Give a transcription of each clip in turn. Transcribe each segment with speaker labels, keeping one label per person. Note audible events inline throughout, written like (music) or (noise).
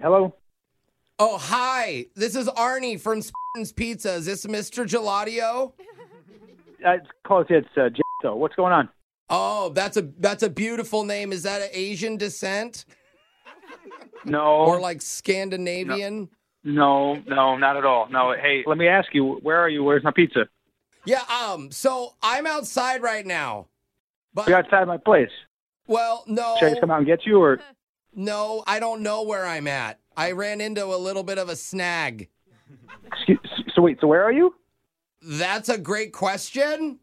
Speaker 1: Hello.
Speaker 2: Oh, hi. This is Arnie from Spartan's Pizza. Is this Mr. Gelatio?
Speaker 1: Uh, it's close. It's uh, Jeff. What's going on?
Speaker 2: Oh, that's a that's a beautiful name. Is that an Asian descent
Speaker 1: No.
Speaker 2: or like Scandinavian?
Speaker 1: Oh. no. No. Not at all. No. Hey, let me ask you. Where are you? Where's my pizza?
Speaker 2: Yeah. Um. So I'm outside right now, but
Speaker 1: You're outside my place.
Speaker 2: well, no,
Speaker 1: Should I just come out and get you, or
Speaker 2: no, I don't know where I'm at. I ran into a little bit of a snag.
Speaker 1: excuse, so wait. So where are you?
Speaker 2: That's a great question,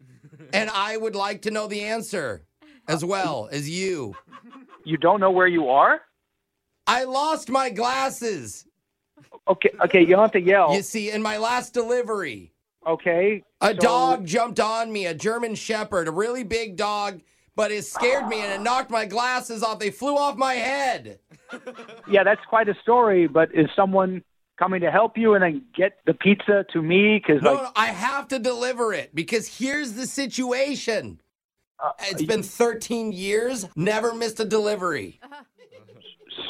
Speaker 2: and I would like to know the answer as well as you.
Speaker 1: You don't know where you are?
Speaker 2: I lost my glasses.
Speaker 1: Okay. Okay. You don't have to yell.
Speaker 2: You see, in my last delivery.
Speaker 1: Okay.
Speaker 2: A
Speaker 1: so-
Speaker 2: dog jumped on me, a German Shepherd, a really big dog, but it scared me and it knocked my glasses off. They flew off my head.
Speaker 1: Yeah, that's quite a story. But is someone coming to help you and then get the pizza to me? Because
Speaker 2: No,
Speaker 1: like,
Speaker 2: no, I have to deliver it because here's the situation.
Speaker 1: Uh,
Speaker 2: It's been 13 years, never missed a delivery.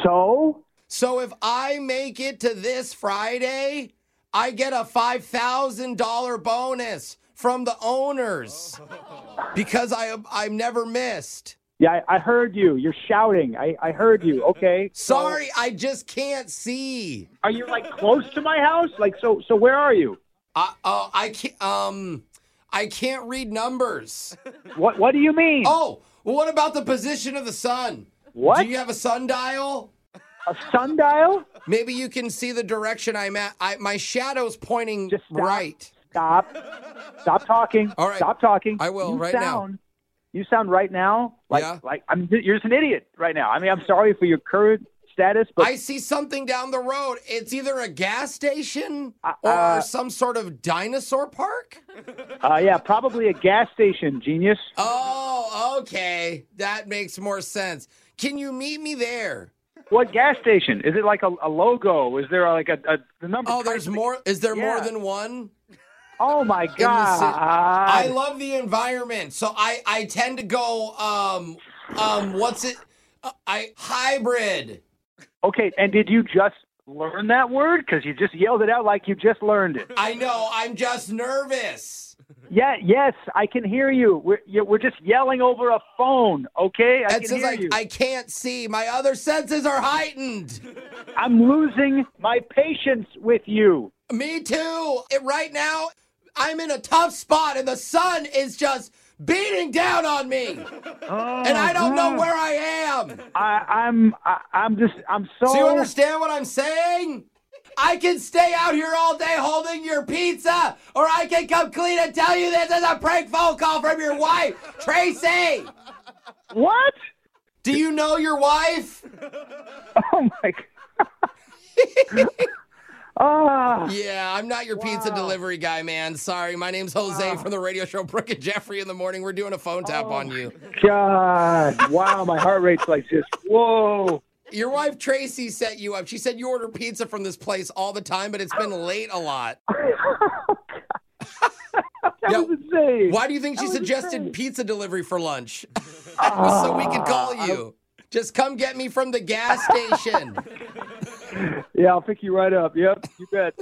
Speaker 1: so
Speaker 2: So if I make it to this Friday, I get a $5,000 bonus from the owners
Speaker 1: Oh.
Speaker 2: because I I've never missed.
Speaker 1: yeah, I, I heard you. You're shouting. I, I heard you. Okay. So-
Speaker 2: Sorry, I just can't see.
Speaker 1: Are you like close to my house? Like so so where are you?
Speaker 2: I, uh, I can't. Um, I can't
Speaker 1: (laughs)
Speaker 2: read numbers.
Speaker 1: What what do you mean?
Speaker 2: Oh, well, what about the position of the sun?
Speaker 1: what?
Speaker 2: Do you have a sundial?
Speaker 1: a sundial?
Speaker 2: Maybe you can see the direction I'm at. I, my shadow's pointing
Speaker 1: Just stop.
Speaker 2: right.
Speaker 1: Stop. Stop talking.
Speaker 2: All right.
Speaker 1: Stop talking.
Speaker 2: I will
Speaker 1: you
Speaker 2: right now.
Speaker 1: sound, now. You sound right now like
Speaker 2: Yeah.
Speaker 1: like I'm you're just an idiot right now. I mean, I'm sorry for your current status, but
Speaker 2: I see something down the road. It's either a gas station or
Speaker 1: uh,
Speaker 2: some sort of dinosaur
Speaker 1: (laughs)
Speaker 2: park.
Speaker 1: uh, yeah, probably a gas station, genius.
Speaker 2: Oh, okay, that makes more sense. Can you meet me there?
Speaker 1: What gas station? Is it like a, a logo? Is there like a, a the number?
Speaker 2: Oh, there's more. Is there more
Speaker 1: Yeah.
Speaker 2: than one?
Speaker 1: Oh my god!
Speaker 2: I love the environment, so I I tend to go um um what's it uh, I hybrid.
Speaker 1: okay, and did you just learn that word? Because you just yelled it out like you just learned it.
Speaker 2: I know I'm just nervous.
Speaker 1: Yeah, yes, I can hear you. We're you, we're just yelling over a phone, okay? I
Speaker 2: That's
Speaker 1: can
Speaker 2: just
Speaker 1: hear
Speaker 2: like
Speaker 1: you.
Speaker 2: I can't see. My other senses are heightened.
Speaker 1: I'm losing my patience with you.
Speaker 2: Me too. It, right now, I'm in a tough spot, and the sun is just beating down on me,
Speaker 1: Oh
Speaker 2: and I don't know where I am.
Speaker 1: I, I'm I, I'm just I'm so.
Speaker 2: Do you understand what I'm saying? I can stay out here all day holding your pizza, or I can come clean and tell you this is a prank phone call from your wife, Tracy.
Speaker 1: what? (laughs)
Speaker 2: Do you know your wife?
Speaker 1: Oh my. God.
Speaker 2: (laughs)
Speaker 1: Ah,
Speaker 2: Yeah, I'm not your pizza delivery guy, man. Sorry, my name's Jose from the radio show Brooke and Jeffrey in the morning. We're doing a phone tap on you.
Speaker 1: God! Wow, my heart rate's like just whoa.
Speaker 2: Your wife Tracy set you up. She said you order pizza from this place all the time, but it's been late a lot.
Speaker 1: That
Speaker 2: Yeah.
Speaker 1: was insane.
Speaker 2: Why do you think she
Speaker 1: was
Speaker 2: suggested
Speaker 1: great.
Speaker 2: pizza delivery for lunch? so we
Speaker 1: Ah,
Speaker 2: could call you. Just come get me from the gas station.
Speaker 1: Yeah, I'll pick you right up. Yep, you bet.